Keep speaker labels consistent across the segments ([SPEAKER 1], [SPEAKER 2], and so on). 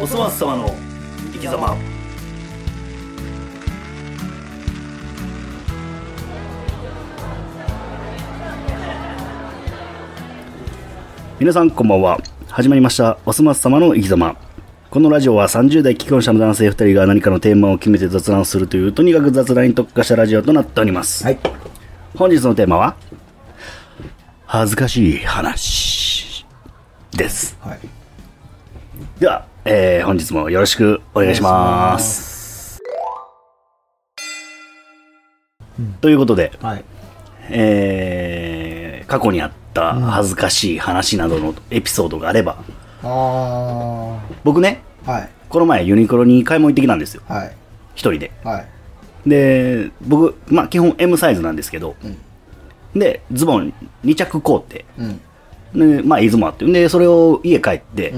[SPEAKER 1] おそ松様の生き様皆さんこんばんは始まりましたおそ松様の生き様このラジオは30代既婚者の男性2人が何かのテーマを決めて雑談するというとにかく雑談に特化したラジオとなっております、
[SPEAKER 2] はい。
[SPEAKER 1] 本日のテーマは恥ずかしい話です
[SPEAKER 2] はい。
[SPEAKER 1] では、えー本日もよろしくお願いします。ということで、
[SPEAKER 2] はい。
[SPEAKER 1] えー過去にあった恥ずかしい話などのエピソードがあれば、
[SPEAKER 2] ああ
[SPEAKER 1] 僕ね、
[SPEAKER 2] ー。はい。
[SPEAKER 1] この前ユニクロに買い物行ってきたんですよ。
[SPEAKER 2] はい。
[SPEAKER 1] 一人で。
[SPEAKER 2] はい。
[SPEAKER 1] で、僕、まあ基本 M サイズなんですけど、
[SPEAKER 2] ん
[SPEAKER 1] で、ズボン2着買うて、
[SPEAKER 2] うん。
[SPEAKER 1] でまあいつもあって、で、それを家帰って、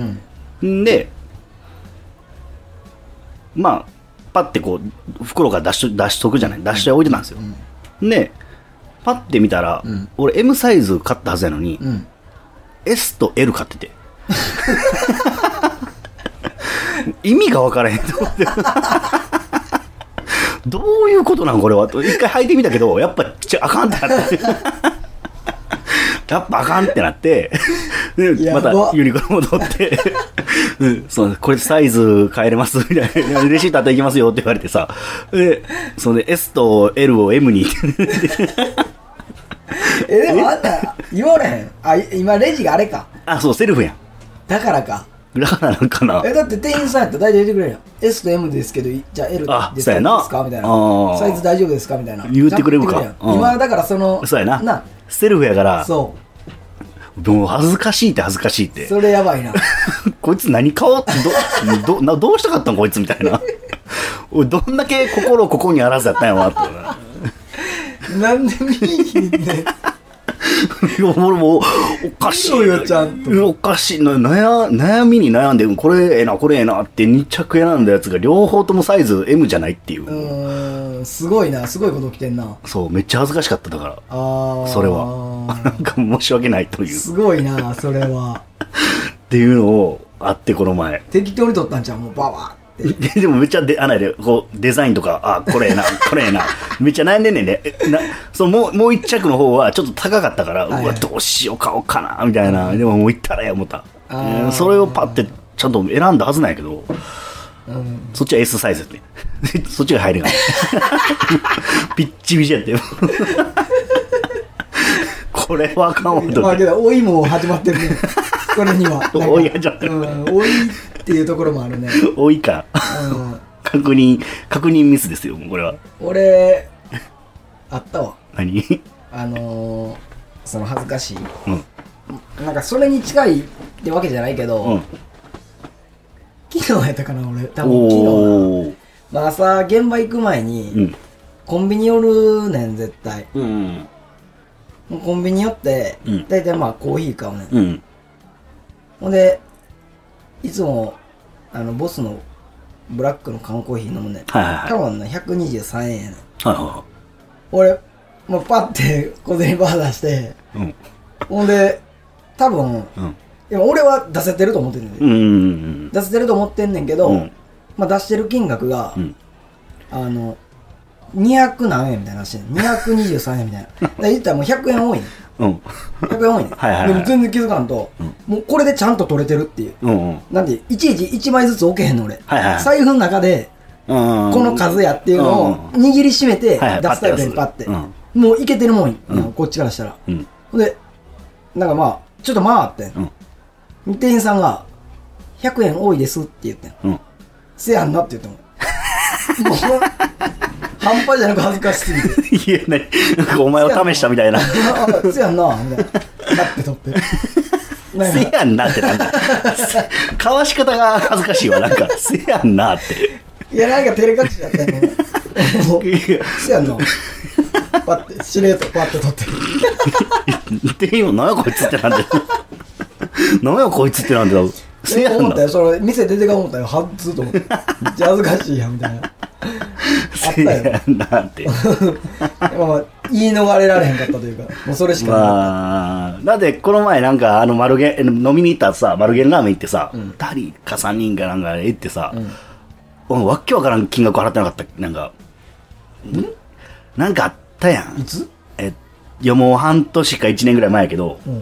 [SPEAKER 2] うん。
[SPEAKER 1] んで、まあ、パッてこう、袋から出しと出しとくじゃない、出しておいてたんですよ。で、パッて見たら、
[SPEAKER 2] うん
[SPEAKER 1] 俺 M サイズ買ったはずやのに、
[SPEAKER 2] うん。
[SPEAKER 1] S と L 買ってて。意味が分からへんと思って。どういうことなんこれはと一回履いてみたけど、やっぱちょあかんってなって。やっぱあかんってなって、で
[SPEAKER 2] や
[SPEAKER 1] ま
[SPEAKER 2] ば
[SPEAKER 1] たユニクロ戻って、うん、そのこれサイズ変えれますみたいな、レシートあったらいきますよって言われてさ、で、その S と L を M に
[SPEAKER 2] え、でもあんた、言われへん。あ、い今レジがあれか。
[SPEAKER 1] あ、そう、セルフやん。
[SPEAKER 2] だからか。
[SPEAKER 1] だからなんかな。
[SPEAKER 2] え、だって店員さんやったら大体言ってくれるよ。S と M ですけど、いじゃあ L で
[SPEAKER 1] あ
[SPEAKER 2] 大
[SPEAKER 1] そうや
[SPEAKER 2] 丈夫
[SPEAKER 1] な
[SPEAKER 2] ですかみたい
[SPEAKER 1] あー
[SPEAKER 2] な。サイズ大丈夫ですかみたいな。
[SPEAKER 1] 言ってくれるか
[SPEAKER 2] なやん
[SPEAKER 1] うん
[SPEAKER 2] 今だからその、
[SPEAKER 1] そうやな。セルフやから、
[SPEAKER 2] そ
[SPEAKER 1] もう恥ずかしいって恥ずかしいっ
[SPEAKER 2] う。
[SPEAKER 1] て。
[SPEAKER 2] それやばいな。
[SPEAKER 1] こいつ何買おうってど、ど、などうしたかったんこいつみたいな。 おいどんだけ心をここにあらずやったんやわって。
[SPEAKER 2] なんで見えへんねん。
[SPEAKER 1] いや俺もうおかしい
[SPEAKER 2] 見ろよちゃんと
[SPEAKER 1] いやおかしいな悩悩みに悩んでこれええなこれええなって2着選んだやつが両方ともサイズ M じゃないっていう、
[SPEAKER 2] うーん、すごいな。すごいこと起きてんな。
[SPEAKER 1] そうめっちゃ恥ずかしかっただから
[SPEAKER 2] ああ。
[SPEAKER 1] それは なんか申し訳ないという
[SPEAKER 2] すごいな、それは。
[SPEAKER 1] っていうのをあってこの前
[SPEAKER 2] 適当に撮ったんちゃうもうババーって。
[SPEAKER 1] ででもめっちゃであないでこうデザインとかあこれええな これええなめっちゃ悩んでんねんねえなそうもうもう一着の方はちょっと高かったから、
[SPEAKER 2] はいはいう
[SPEAKER 1] わどうしよう買おうかなみたいなでももう行ったらや思った
[SPEAKER 2] あー
[SPEAKER 1] うんそれをパッてちゃんと選んだはずなんやけど
[SPEAKER 2] うん。
[SPEAKER 1] そっちは S サイズやってん そっちが入れが ピッチビチやってん これはあかんわと思
[SPEAKER 2] ま
[SPEAKER 1] っ
[SPEAKER 2] あ
[SPEAKER 1] て
[SPEAKER 2] けど、老いも始まってるね。 これには。なんか
[SPEAKER 1] 老い始まってる
[SPEAKER 2] うん。老いっていうところもあるね。
[SPEAKER 1] 多いか
[SPEAKER 2] うん。
[SPEAKER 1] 確認確認ミスですよもうこれは
[SPEAKER 2] 俺、あったわ。
[SPEAKER 1] 何
[SPEAKER 2] あのー、その恥ずかしい。
[SPEAKER 1] うん
[SPEAKER 2] なんかそれに近いってわけじゃないけど、
[SPEAKER 1] うん
[SPEAKER 2] 昨日やったかな、俺。多分昨日な。
[SPEAKER 1] おお
[SPEAKER 2] まあ朝、現場行く前に、
[SPEAKER 1] うん
[SPEAKER 2] コンビニ寄るねん、絶対。
[SPEAKER 1] うん
[SPEAKER 2] もうコンビニ寄って、
[SPEAKER 1] うん
[SPEAKER 2] 大体まあコーヒー買うねん。
[SPEAKER 1] うん
[SPEAKER 2] ほんで、いつも、あの、ボスのブラックの缶コーヒー飲むねん。
[SPEAKER 1] はいはい
[SPEAKER 2] 多分ね、123円やねん。
[SPEAKER 1] はいは
[SPEAKER 2] 俺、もうパッて 小銭バー出して、
[SPEAKER 1] いはいうん
[SPEAKER 2] ほんで、多分、
[SPEAKER 1] うん
[SPEAKER 2] いや俺は出せてると思ってんねん。
[SPEAKER 1] うんうん
[SPEAKER 2] 出せてると思ってんねんけど、
[SPEAKER 1] うん
[SPEAKER 2] まあ出してる金額が、
[SPEAKER 1] うん
[SPEAKER 2] あの、200何円みたいな話してんねん。223円みたい な。だから言ったらもう100円多いねん。
[SPEAKER 1] うん
[SPEAKER 2] 100円多いねん。
[SPEAKER 1] はいはいはい
[SPEAKER 2] でも全然気づかんと、
[SPEAKER 1] ん
[SPEAKER 2] もうこれでちゃんと取れてるっていう。
[SPEAKER 1] うんうん
[SPEAKER 2] なんで、いちいち1枚ずつ置けへんの俺。
[SPEAKER 1] はいはい
[SPEAKER 2] 財布の中で、
[SPEAKER 1] うん
[SPEAKER 2] この数やっていうのを
[SPEAKER 1] う
[SPEAKER 2] 握りしめて、
[SPEAKER 1] はいはい
[SPEAKER 2] 出すタイプにパッて。
[SPEAKER 1] パッて出
[SPEAKER 2] もういけてるもん、
[SPEAKER 1] うん
[SPEAKER 2] こっちからしたら。
[SPEAKER 1] うん
[SPEAKER 2] ほんで、なんかまあ、ちょっと回って
[SPEAKER 1] うん
[SPEAKER 2] ん。店員さんが、100円多いですって言ってん。
[SPEAKER 1] うん
[SPEAKER 2] せやんなって言っても。もう、半端じゃなく恥ずかしすぎて。
[SPEAKER 1] いや何なんかお前を試したみたいな
[SPEAKER 2] あせやんな、みたいな。だって取って。なんか
[SPEAKER 1] せやんなってなんかせかわし方が恥ずかしいわなんかせやんなって
[SPEAKER 2] いや、なんか照れ隠しだったよね。もう せやんな。パッて、しれっとパッて取って。
[SPEAKER 1] 店員も何やこいつってなんで何やこいつってなんでだろうせやん
[SPEAKER 2] 思った
[SPEAKER 1] な
[SPEAKER 2] よ、それ、店出てから思ったよ、はっつーと思って。めっちゃ恥ずかしいやん、みたいな。
[SPEAKER 1] せやんなって
[SPEAKER 2] まあまあ、言い逃れられへんかったというか、もうそれしかない。
[SPEAKER 1] まあ、なんで、この前なんか、あの、丸源、飲みに行ったさ、丸源ラーメン行ってさ、二人か三人かなんか行ってさ、うん、わっけわからん金額払ってなかった、なんか、んなんかあったや
[SPEAKER 2] い
[SPEAKER 1] ん。
[SPEAKER 2] つ
[SPEAKER 1] え、いやもう半年か一年ぐらい前やけど、
[SPEAKER 2] うん。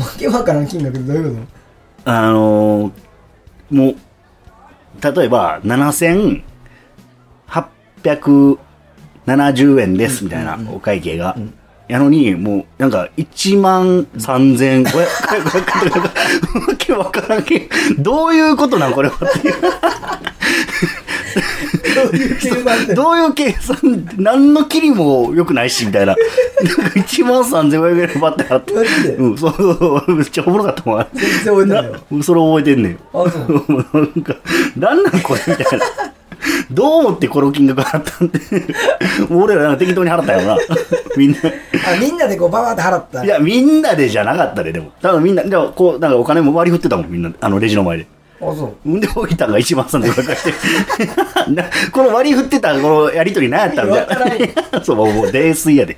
[SPEAKER 2] わけわからん金額ってどういうこ
[SPEAKER 1] あのーもう、例えば、7870円です、みたいな、お会計が。やのに、もう、なんか、1万3500円。わけわからんけどういうことなん、これはっていう。
[SPEAKER 2] とどういう計算って。
[SPEAKER 1] どういう計算、何のキリも良くないし、みたいな。なんか、1万3500円バッてあって。
[SPEAKER 2] マジで
[SPEAKER 1] うん、そうそうそう。めっちゃおもろかったもんあれ。
[SPEAKER 2] 全然覚えてないよ。
[SPEAKER 1] なそれ覚えてんねん。
[SPEAKER 2] あ、そう。
[SPEAKER 1] もうなんか、なんなんこれみたいな。どう思ってこの金額払ったんで。もう俺らなんか適当に払ったよな。みんな。
[SPEAKER 2] あ、みんなでこう、ババーって払った
[SPEAKER 1] い。や、みんなでじゃなかったで、でも。多分みんな、でもこう、なんかお金も割り振ってたもん、みんな。あの、レジの前で。
[SPEAKER 2] あ、そう。
[SPEAKER 1] うんで、おいたんが1万3500円 で。なこの割り振ってた、このやりとり何やったみたいな。そう、もう、泥酔やで。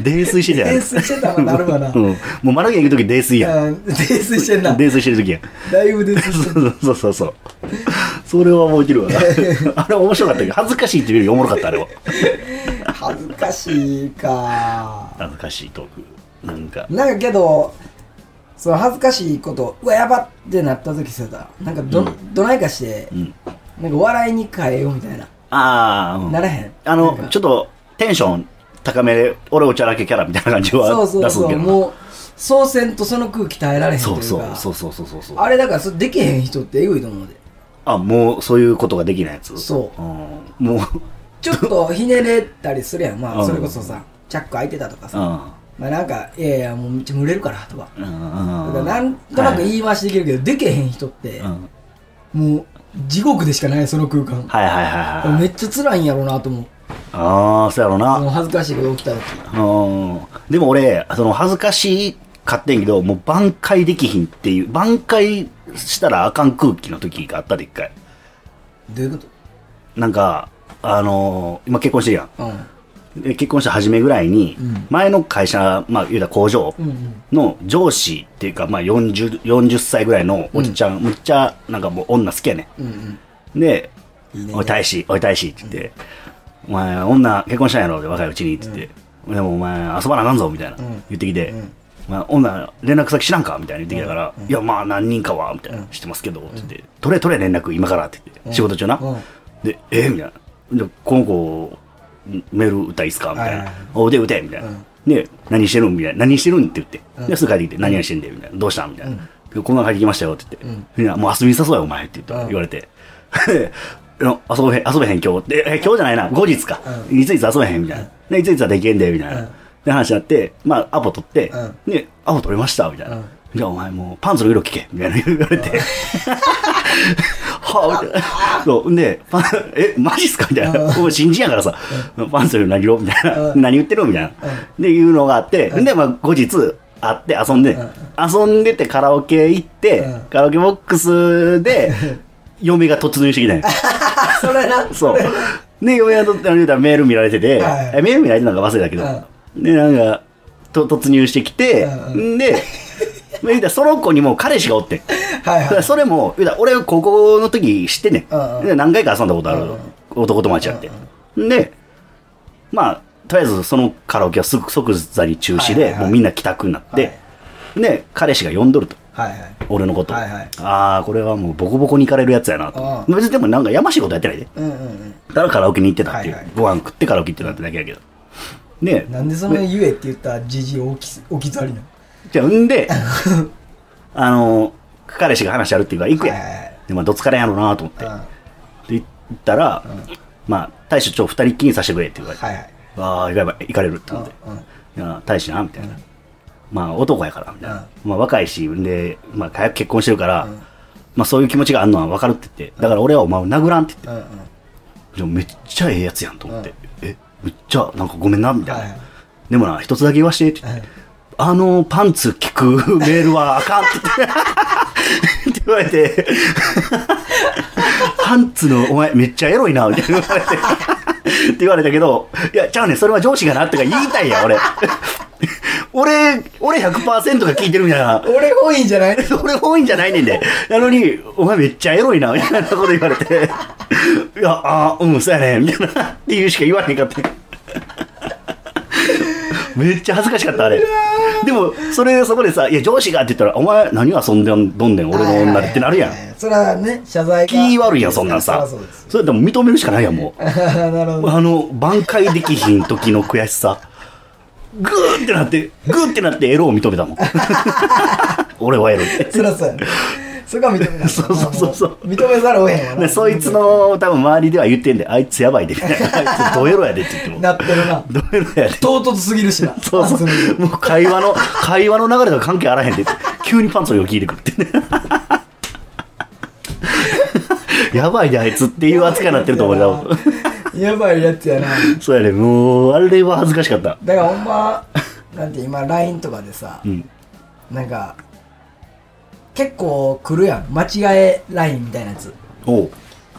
[SPEAKER 1] 泥酔してたやん。
[SPEAKER 2] 泥酔してたわなるわな
[SPEAKER 1] うん。もう、丸源行くとき泥酔やん。
[SPEAKER 2] うん泥酔してんな。
[SPEAKER 1] 泥酔してるときやん。
[SPEAKER 2] だいぶ泥酔してる。
[SPEAKER 1] そうそうそうそう。それは覚えてる わ。あれ面白かったけど、恥ずかしいっていうよりおもろかった、あれは。
[SPEAKER 2] 恥ずかしいか。
[SPEAKER 1] 恥ずかしいトーク。なんか。
[SPEAKER 2] なんかけど、その恥ずかしいこと、うわ、やばってなった時さ、なんかど、どないかして
[SPEAKER 1] う、ん。
[SPEAKER 2] なんか笑いに変えようみたいな。
[SPEAKER 1] ああ、うん
[SPEAKER 2] ならへん。
[SPEAKER 1] あ
[SPEAKER 2] なん
[SPEAKER 1] の、
[SPEAKER 2] か
[SPEAKER 1] ちょっとテンション高めで、俺おちゃらけキャラみたいな感じ
[SPEAKER 2] そ
[SPEAKER 1] は
[SPEAKER 2] うそう
[SPEAKER 1] 出す
[SPEAKER 2] そ
[SPEAKER 1] け
[SPEAKER 2] う。
[SPEAKER 1] どな。
[SPEAKER 2] もう、総選とその空気耐えられへんという
[SPEAKER 1] そ
[SPEAKER 2] か。
[SPEAKER 1] うそうそうそうそうそうそう。
[SPEAKER 2] あれだから、それできへん人ってエグいと思うで。
[SPEAKER 1] あ、もうそういうことができないやつ。。
[SPEAKER 2] そうん
[SPEAKER 1] もう、
[SPEAKER 2] ちょっとひねれたりするやん。ま
[SPEAKER 1] う
[SPEAKER 2] あ、
[SPEAKER 1] ん
[SPEAKER 2] それこそさ、チャック開いてたとか
[SPEAKER 1] う
[SPEAKER 2] さ。
[SPEAKER 1] ん。
[SPEAKER 2] まあなんか、いやいや、もうめっちゃ群れるから、とか。だか
[SPEAKER 1] うん。
[SPEAKER 2] らなんとなく
[SPEAKER 1] はい。
[SPEAKER 2] 言い回しできるけど、できへん人って
[SPEAKER 1] う、ん
[SPEAKER 2] もう、地獄でしかない、その空間。
[SPEAKER 1] はいはいはいはい。
[SPEAKER 2] めっちゃ辛いんやろうなと思う。
[SPEAKER 1] ああ、そうやろうな
[SPEAKER 2] そ。の恥ずかしいこと起きた時。
[SPEAKER 1] うんでも俺、その恥ずかしいかってんけど、もう挽回できひんっていう、挽回したらあかん空気の時があったで一回。
[SPEAKER 2] どういうこ
[SPEAKER 1] なんか、あのー今結婚してるやん
[SPEAKER 2] と
[SPEAKER 1] で。結婚した初めぐらいに、
[SPEAKER 2] うん
[SPEAKER 1] 前の会社、まあ言うたら工場
[SPEAKER 2] うん。うん
[SPEAKER 1] の上司っていうか、まあ40、40歳ぐらいのおじちゃん、むっちゃ、なんかもう女好きやね
[SPEAKER 2] うん。うん
[SPEAKER 1] ん。で、
[SPEAKER 2] うん。いいね。
[SPEAKER 1] おい大使、おい大使って言って、お前、女結婚したんやろって若いうちにって言って、でもお前、遊ばなあかんぞみたいな、
[SPEAKER 2] ん
[SPEAKER 1] 言ってきて、
[SPEAKER 2] うん
[SPEAKER 1] まあ、女連絡先知らんかみたいな言ってきたから、いや、まあ何人かは、みたいな、知ってますけど、って言って、取れ取れ連絡今からって言って、仕事中な。
[SPEAKER 2] うん
[SPEAKER 1] で、ええみたいな。で、この子、メール歌いっすかみたい
[SPEAKER 2] はい
[SPEAKER 1] な
[SPEAKER 2] はいはい。
[SPEAKER 1] お腕打てみたいな
[SPEAKER 2] うん。
[SPEAKER 1] で、何してるんみたいな。何してるんって言って
[SPEAKER 2] う。ん
[SPEAKER 1] で、すぐ帰ってきて、何々してんだよみたいな。どうしたんみたいな。でこんなん帰ってきましたよって言って。いや、もう遊びに誘えよ、お前って言っ
[SPEAKER 2] う
[SPEAKER 1] た
[SPEAKER 2] ん
[SPEAKER 1] 言われて。 で遊べへん、遊べへん今日。で、え今日じゃないな、後日か。
[SPEAKER 2] うん
[SPEAKER 1] いついつ遊べへんみたいな。で、いついつはできへんで、みたい
[SPEAKER 2] うん
[SPEAKER 1] な。で、話になって、まあ、アポ取って
[SPEAKER 2] うん、。
[SPEAKER 1] で、アポ取れました、みたいうなんじゃあお前もうパンツの色聞けみたいな言われて。 はあ、みたいな。そう。んで、パン、え、マジっすかみたいな。もう新人やからさ、パンツより何色みたいな。
[SPEAKER 2] うん
[SPEAKER 1] 何言ってるみたいな。で、いうのがあって、で、まあ、後日会って遊んで、
[SPEAKER 2] うん
[SPEAKER 1] 遊んでてカラオケ行って、
[SPEAKER 2] うん
[SPEAKER 1] カラオケボックス で、嫁が突入してきたんよ。
[SPEAKER 2] あ、それな。
[SPEAKER 1] そう。で、嫁がとって、あの言うたらメール見られてて、
[SPEAKER 2] はい
[SPEAKER 1] えメール見られてなんか忘れたけど、で、なんか、と突入してきて、
[SPEAKER 2] うん
[SPEAKER 1] ん で、まあ言うたらその子にもう彼氏がおってん。
[SPEAKER 2] はいは い。
[SPEAKER 1] それも、言うたら俺高校の時知ってんね
[SPEAKER 2] うんうん
[SPEAKER 1] ん。で何回か遊んだことある
[SPEAKER 2] うんうん
[SPEAKER 1] 男友達やって。で、まあ、とりあえずそのカラオケは即即座に中止
[SPEAKER 2] はい
[SPEAKER 1] で、
[SPEAKER 2] はいはい
[SPEAKER 1] もうみんな帰宅になって、で、彼氏が呼んどると。
[SPEAKER 2] はいはい。
[SPEAKER 1] 俺のことを。
[SPEAKER 2] はいはい
[SPEAKER 1] ああ、これはもうボコボコに行かれるやつやなと。別にでもなんかやましいことやってないで。
[SPEAKER 2] うんうん
[SPEAKER 1] だからカラオケに行ってたっていう。
[SPEAKER 2] はいはい
[SPEAKER 1] ご飯食ってカラオケ行ってたってだけやけど。で
[SPEAKER 2] うん。、 なんでそのゆえって言ったじじい置き、置き去りなの
[SPEAKER 1] じゃあ、ん で、あの、彼氏が話あるっていうから行くやん。
[SPEAKER 2] はいはいはい
[SPEAKER 1] で、まあ、どつかれんやろうなと思って。って言ったら、まあ、大使ちょ、二人っきりにさせてくれって言われて、
[SPEAKER 2] はいはい。
[SPEAKER 1] ああ、やばい、行かれるって
[SPEAKER 2] うん
[SPEAKER 1] 思っ
[SPEAKER 2] う
[SPEAKER 1] て、
[SPEAKER 2] ん
[SPEAKER 1] いや大使な、みたいな。まあ、男やから、みたいな。まあ、若いし、で、まあ、早く結婚してるから、まあ、そういう気持ちがあるのは分かるって言って、だから俺はお前を殴らんって言って、
[SPEAKER 2] うんうん。
[SPEAKER 1] でもめっちゃええやつやんと思って、え、めっちゃ、なんかごめんな、みたいな。
[SPEAKER 2] はいはい
[SPEAKER 1] でもな、一つだけ言わしてって言って、あのパンツ聞く メールはあかんって言ってって言われて、 パンツのお前めっちゃエロいな、みたいな言われて。って言われたけど、いや、ちゃうねんそれは上司がなとか言いたいやん、俺。 俺、俺100%が聞いてるみたいな。
[SPEAKER 2] 俺本位じゃない
[SPEAKER 1] 俺多いんじゃないねんで。なのに、お前めっちゃエロいな、みたいなこと言われて。 いや、あーうん、そうやねん、みたいな。っていうしか言わへんかった。 めっちゃ恥ずかしかった、あれ。でも、それ、そこでさ、いや、上司がって言ったら、お前何遊んでんどんねん、俺の女でってなるやん
[SPEAKER 2] はい。はいはいそれはね、謝罪が。
[SPEAKER 1] 気悪いやん、そんなんさ
[SPEAKER 2] そりゃそうです。。
[SPEAKER 1] それでも認めるしかないやん、もう。
[SPEAKER 2] なるほど。
[SPEAKER 1] あの、挽回できひん時の悔しさ。グーってなって、グーってなってエロを認め たもん。俺はエロいって。
[SPEAKER 2] そりゃそうやね。そこは認めな
[SPEAKER 1] そうそうそうそう
[SPEAKER 2] 認めざるをへんわ
[SPEAKER 1] で
[SPEAKER 2] な。
[SPEAKER 1] そいつの多分周りでは言ってんで、あいつやば いで、みたいな。あいつドエロやでって言っても。
[SPEAKER 2] なってるな。
[SPEAKER 1] ドエロやで。
[SPEAKER 2] 唐突すぎるしな。
[SPEAKER 1] そうそ
[SPEAKER 2] あの
[SPEAKER 1] う。もう会話の、会話の流れとは関係あらへんで、急にパンツを聞いてくるってね。 やばいで、あいつっていう扱いになってると思うよ多分。
[SPEAKER 2] やばいやつやな。
[SPEAKER 1] そうやね、もう、あれは恥ずかしかった。
[SPEAKER 2] だからほんま、なんて今 LINE とかでさ、
[SPEAKER 1] うん。
[SPEAKER 2] なんか、結構来るやん。間違え LINE みたいなやつ。
[SPEAKER 1] おう。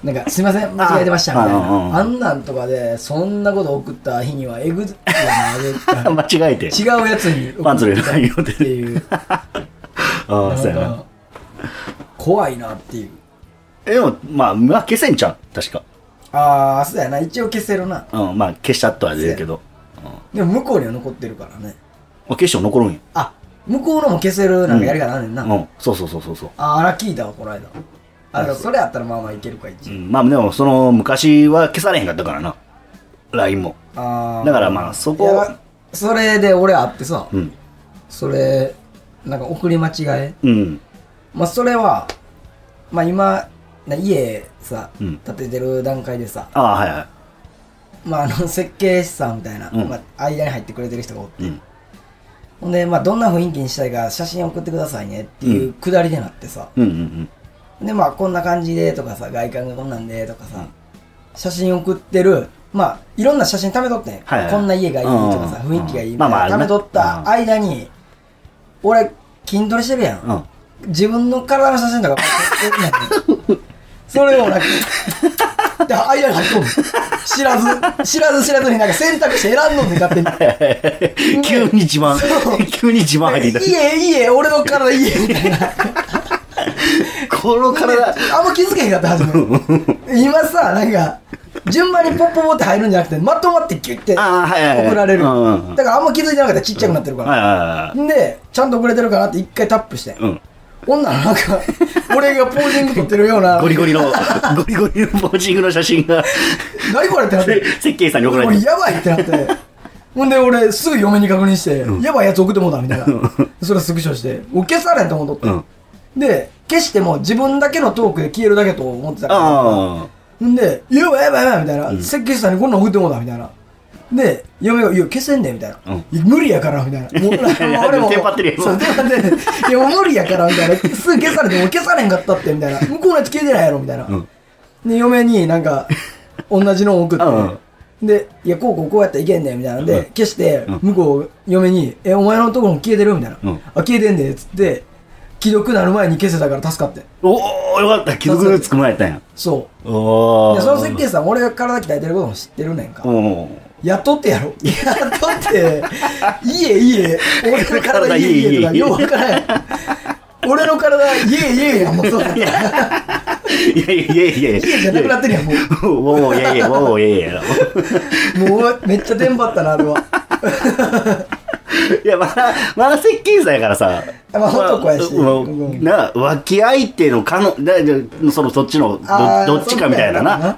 [SPEAKER 2] なんか、すいません、間違えてました、みたいな。
[SPEAKER 1] ああああ
[SPEAKER 2] あんなんとかで、そんなこと送った日には、えぐっやな、
[SPEAKER 1] 間違えて。
[SPEAKER 2] 違うやつに送った
[SPEAKER 1] パンツの色ないよ
[SPEAKER 2] っていう。
[SPEAKER 1] ああ、そうや
[SPEAKER 2] なん
[SPEAKER 1] な
[SPEAKER 2] か。怖いなっていう。
[SPEAKER 1] えでも、まあ、まあ、消せんちゃう確か。
[SPEAKER 2] ああ、そうやな。一応消せるな。
[SPEAKER 1] うん、まあ、消したとは出るけど。
[SPEAKER 2] でも向こうには残ってるからね。
[SPEAKER 1] あ消しても残るんや。
[SPEAKER 2] あ、向こうのも消せるなんかやり方あんねんな。
[SPEAKER 1] うん、そうそうそうそうそう。
[SPEAKER 2] ああ、ら聞いたわ、この間。あ、でもそれやったらまあまあいけるか、
[SPEAKER 1] う
[SPEAKER 2] 一応。
[SPEAKER 1] んまあでも、その、昔は消されへんかったからな。LINE も。
[SPEAKER 2] ああ。
[SPEAKER 1] だからまあ、そ
[SPEAKER 2] い
[SPEAKER 1] こ
[SPEAKER 2] や、それで俺会ってさ、
[SPEAKER 1] うん。
[SPEAKER 2] それ、なんか送り間違え
[SPEAKER 1] うん。
[SPEAKER 2] まあそれは、まあ今、な家さ、
[SPEAKER 1] うん
[SPEAKER 2] 建ててる段階でさ、
[SPEAKER 1] ああ、はいは
[SPEAKER 2] まああの 設計士さんみたいな、
[SPEAKER 1] うん
[SPEAKER 2] まあ間に入ってくれてる人がおって、
[SPEAKER 1] い。うん。
[SPEAKER 2] ほんで、まあどんな雰囲気にしたいか写真送ってくださいねっていうくだりでなってさ、
[SPEAKER 1] うんうん
[SPEAKER 2] でまあこんな感じでとかさ、外観がこんなんでとかさ、写真送ってる、まあいろんな写真貯めとってん、
[SPEAKER 1] はいはい
[SPEAKER 2] こんな家がいいとかさ、
[SPEAKER 1] うん
[SPEAKER 2] 雰囲気がいいみ
[SPEAKER 1] ま
[SPEAKER 2] た
[SPEAKER 1] あ
[SPEAKER 2] い
[SPEAKER 1] まああるな
[SPEAKER 2] な、貯めとった間に、俺筋トレしてるやん。
[SPEAKER 1] うん。うん。
[SPEAKER 2] 自分の体の写 真とか撮ってんねんそれをなんかで間に入っとんの知らず知らず知らずになんか選択肢選んどんねん勝手に
[SPEAKER 1] 急に自慢
[SPEAKER 2] そ。
[SPEAKER 1] 急に自慢入って
[SPEAKER 2] いい
[SPEAKER 1] き
[SPEAKER 2] えいいえ俺の体いいえみたいな
[SPEAKER 1] た。この体、
[SPEAKER 2] あんま気づけへんかったはず今さなんか順番にポッポポって入るんじゃなくてまとまってキュッて
[SPEAKER 1] ああ、はいはいはい。
[SPEAKER 2] 送られる
[SPEAKER 1] う
[SPEAKER 2] だ
[SPEAKER 1] んうんうん。はい
[SPEAKER 2] からあんま気づいてなかったらちっちゃくなってるから
[SPEAKER 1] はいは
[SPEAKER 2] でちゃんと送れてるかなって一回タップして
[SPEAKER 1] い。うん。
[SPEAKER 2] 女のな んか俺がポージング取ってるような
[SPEAKER 1] ゴリゴリの、 ゴリゴリのポージングの写真 が、
[SPEAKER 2] 何これって なって
[SPEAKER 1] 設計士さんに送ら
[SPEAKER 2] 俺
[SPEAKER 1] れて。
[SPEAKER 2] やばいってなってほんで俺すぐ嫁に確認して、やばいやつ送ってもうたみたいなそれスクショしてもう消されんと思っと
[SPEAKER 1] う
[SPEAKER 2] っ
[SPEAKER 1] ん。
[SPEAKER 2] て、で消しても自分だけのトークで消えるだけと思ってたから
[SPEAKER 1] あ
[SPEAKER 2] ほんで「やばいやばいやばい」みたいな、設計士さんにこんなん送ってもうたみたいなで嫁が「いや消せんねん」みたいな、
[SPEAKER 1] うん
[SPEAKER 2] いや無理やから」みたい な「もう俺も
[SPEAKER 1] テンパってるやん
[SPEAKER 2] そうテンパってるいやもう無理やから」みたいな「すぐ消されてもう消されんかったって」みたいな「向こうのやつ消えてないやろ」みたいな、
[SPEAKER 1] あ。うん。
[SPEAKER 2] で嫁になんか同じのを送って、
[SPEAKER 1] うん
[SPEAKER 2] で「いやこうこうこうやったらいけんねん」みたいなんで、
[SPEAKER 1] うん
[SPEAKER 2] 消して
[SPEAKER 1] うん
[SPEAKER 2] 向こう嫁に「えお前のところも消えてる?」みたいな「
[SPEAKER 1] うん
[SPEAKER 2] あ消えてんで」っつって既読なる前に消せたから助かって
[SPEAKER 1] おー、よかった。既読つくまえたんや。
[SPEAKER 2] そ
[SPEAKER 1] お
[SPEAKER 2] う
[SPEAKER 1] ー。
[SPEAKER 2] でその設計士さん俺が体鍛えてることも知ってるねんか、
[SPEAKER 1] うん。
[SPEAKER 2] 雇ってやろ 雇っていいえいいえ俺の 体いえいえとか
[SPEAKER 1] いえいえ
[SPEAKER 2] ようわからんやん俺の体いえいえやんもうそう だ
[SPEAKER 1] いやいやいやいやいや。
[SPEAKER 2] いえじゃなくなってるやんもう
[SPEAKER 1] おおいやいやおおいやいや
[SPEAKER 2] もうめっちゃテンパったなあれはい
[SPEAKER 1] やまだまだ設計士さんやからさ
[SPEAKER 2] まあ男やし
[SPEAKER 1] まあ
[SPEAKER 2] うん
[SPEAKER 1] な浮気相手のかのだだそのそっちのど
[SPEAKER 2] あー
[SPEAKER 1] どっちかみたいなな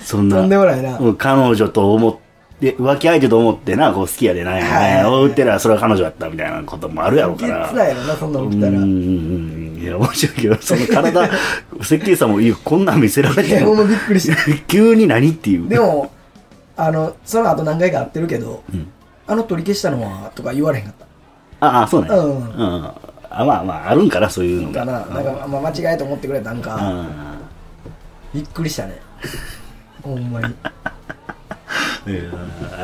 [SPEAKER 1] そんな
[SPEAKER 2] とんでもないな
[SPEAKER 1] うん彼女と思って浮気相手と思ってなこう好きやでなん
[SPEAKER 2] はいはい
[SPEAKER 1] やね
[SPEAKER 2] はい
[SPEAKER 1] 追うてらそれは彼女やったみたいなこともあるやろうか
[SPEAKER 2] そんな
[SPEAKER 1] ら
[SPEAKER 2] げつないやろなそんなの来たら
[SPEAKER 1] うんうんうんいや面白いけどその体 設計士さんもいやこんなん見せられ
[SPEAKER 2] い
[SPEAKER 1] て
[SPEAKER 2] やほん
[SPEAKER 1] も
[SPEAKER 2] まびっくりした
[SPEAKER 1] 急に何っていう
[SPEAKER 2] でもあのその後何回か会ってるけど、あの取り消したのはとか言われへんかった
[SPEAKER 1] ああ、そうね。
[SPEAKER 2] うん
[SPEAKER 1] あまあまあ、あるんかな、そういうの
[SPEAKER 2] だ
[SPEAKER 1] が。
[SPEAKER 2] ななんか、まあ、間違えと思ってくれたんか、
[SPEAKER 1] あ
[SPEAKER 2] びっくりしたねほんまに
[SPEAKER 1] あ。いや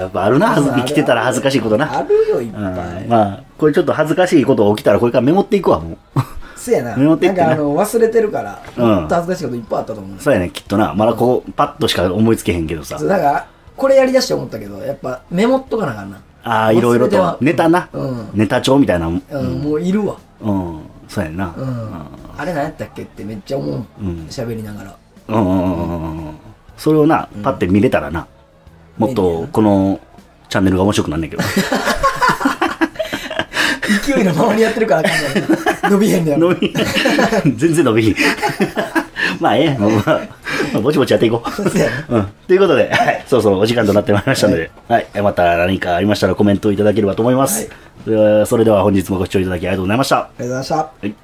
[SPEAKER 1] やっぱあるな、恥ず生きてたら恥ずかしいことな。
[SPEAKER 2] あるよいっ
[SPEAKER 1] う
[SPEAKER 2] ぱ
[SPEAKER 1] ん
[SPEAKER 2] い
[SPEAKER 1] まあ、これちょっと恥ずかしいこと起きたら、これからメモっていくわ、もう。
[SPEAKER 2] せやな
[SPEAKER 1] メモってっ
[SPEAKER 2] な
[SPEAKER 1] て
[SPEAKER 2] ん
[SPEAKER 1] な
[SPEAKER 2] かあの忘れてるから
[SPEAKER 1] うん
[SPEAKER 2] もっと恥ずかしいこといっぱいあったと思う
[SPEAKER 1] そうやね、きっとな。まだこう、パッとしか思いつけへんけどさ
[SPEAKER 2] そう。なんかこれやりだして思ったけど、やっぱメモっとかなあかんな。
[SPEAKER 1] ああ、いろいろ
[SPEAKER 2] 忘れては
[SPEAKER 1] と。ネタな
[SPEAKER 2] うん。
[SPEAKER 1] ネタ帳みたいなもん。
[SPEAKER 2] うん、もういるわ。
[SPEAKER 1] うん。そうやな。
[SPEAKER 2] うん。あれ何やったっけってめっちゃ思う
[SPEAKER 1] うん。
[SPEAKER 2] 喋、りながら。
[SPEAKER 1] うんうんうんうんうん。それをな、パッて見れたらな、もっとこのチャンネルが面白くなんねんけど。
[SPEAKER 2] 勢いのままにやってるからあかん ねんな伸びへんだよ。
[SPEAKER 1] 伸び、全然伸びひん。 まあええ やん、まあまあ、ぼちぼちやっていこ
[SPEAKER 2] そうや
[SPEAKER 1] う。
[SPEAKER 2] な
[SPEAKER 1] うん。ということで、はい、そろそろお時間となってまいりましたので、はい、また何かありましたらコメントいただければと思います。
[SPEAKER 2] はい
[SPEAKER 1] ではそれでは本日もご視聴いただきありがとうございました。
[SPEAKER 2] ありがとうございました。
[SPEAKER 1] はい。